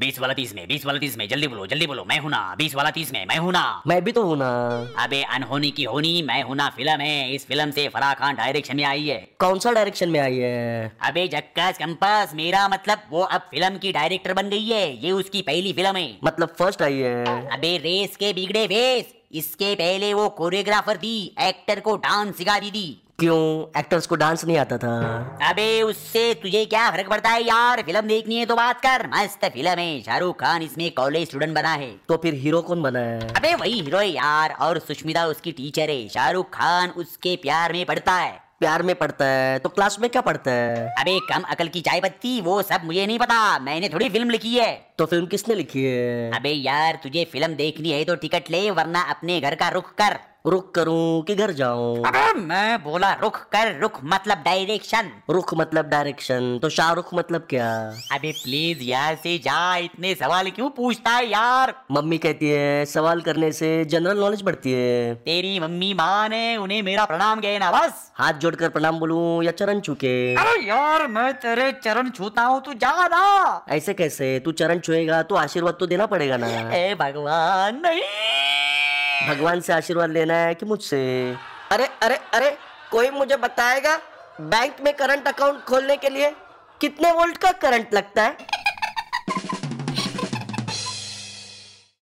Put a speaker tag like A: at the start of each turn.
A: बीस वाला तीस में बीस वाला तीस में जल्दी बोलो जल्दी बोलो मैं हूं ना बीस वाला तीस में मैं हूं ना
B: मैं भी तो हूँ ना
A: अबे अनहोनी की होनी मैं हूं ना फिल्म है इस फिल्म से फराह खान डायरेक्शन में आई है
B: कौन सा डायरेक्शन में आई है
A: अबे जक्कास कंपास मेरा मतलब वो अब फिल्म की डायरेक्टर बन गई है ये उसकी पहली फिल्म है
B: मतलब फर्स्ट आई है
A: अबे रेस के बिगड़े वेस इसके पहले वो कोरियोग्राफर थी एक्टर को डांस सिखा दी थी
B: क्यों एक्टर्स को डांस नहीं आता था
A: अबे उससे तुझे क्या फर्क पड़ता है यार फिल्म देखनी है तो बात कर मस्त फिल्म है शाहरुख खान इसमें कॉलेज स्टूडेंट बना है
B: तो फिर हीरो कौन बना है
A: अबे वही हीरो है यार और सुष्मिता उसकी टीचर है शाहरुख खान उसके प्यार में पड़ता है
B: प्यार में पढ़ता है तो क्लास में क्या पढ़ता है
A: अबे कम अकल की चाय पत्ती वो सब मुझे नहीं पता मैंने थोड़ी फिल्म लिखी है
B: तो फिल्म किसने लिखी है
A: अबे यार तुझे फिल्म देखनी है तो टिकट ले वरना अपने घर का रुख कर
B: रुक करूं कि घर जाऊं
A: अबे मैं बोला रुख कर रुख मतलब डायरेक्शन
B: रुख मतलब डायरेक्शन तो शाहरुख मतलब क्या
A: अबे प्लीज यार से जा इतने सवाल क्यों पूछता है यार
B: मम्मी कहती है सवाल करने से जनरल नॉलेज बढ़ती है
A: तेरी मम्मी माँ ने उन्हें मेरा प्रणाम कहना बस
B: हाथ जोड़कर प्रणाम बोलूं या चरण चुके
A: अरे यार मैं तेरे चरण छूता हूँ तू जा ना
B: ऐसे कैसे तू चरण छुएगा तो आशीर्वाद तो देना पड़ेगा ना
A: ए भगवान नहीं
B: भगवान से आशीर्वाद लेना है कि मुझसे अरे अरे अरे कोई मुझे बताएगा बैंक में करंट अकाउंट खोलने के लिए कितने वोल्ट का करंट लगता है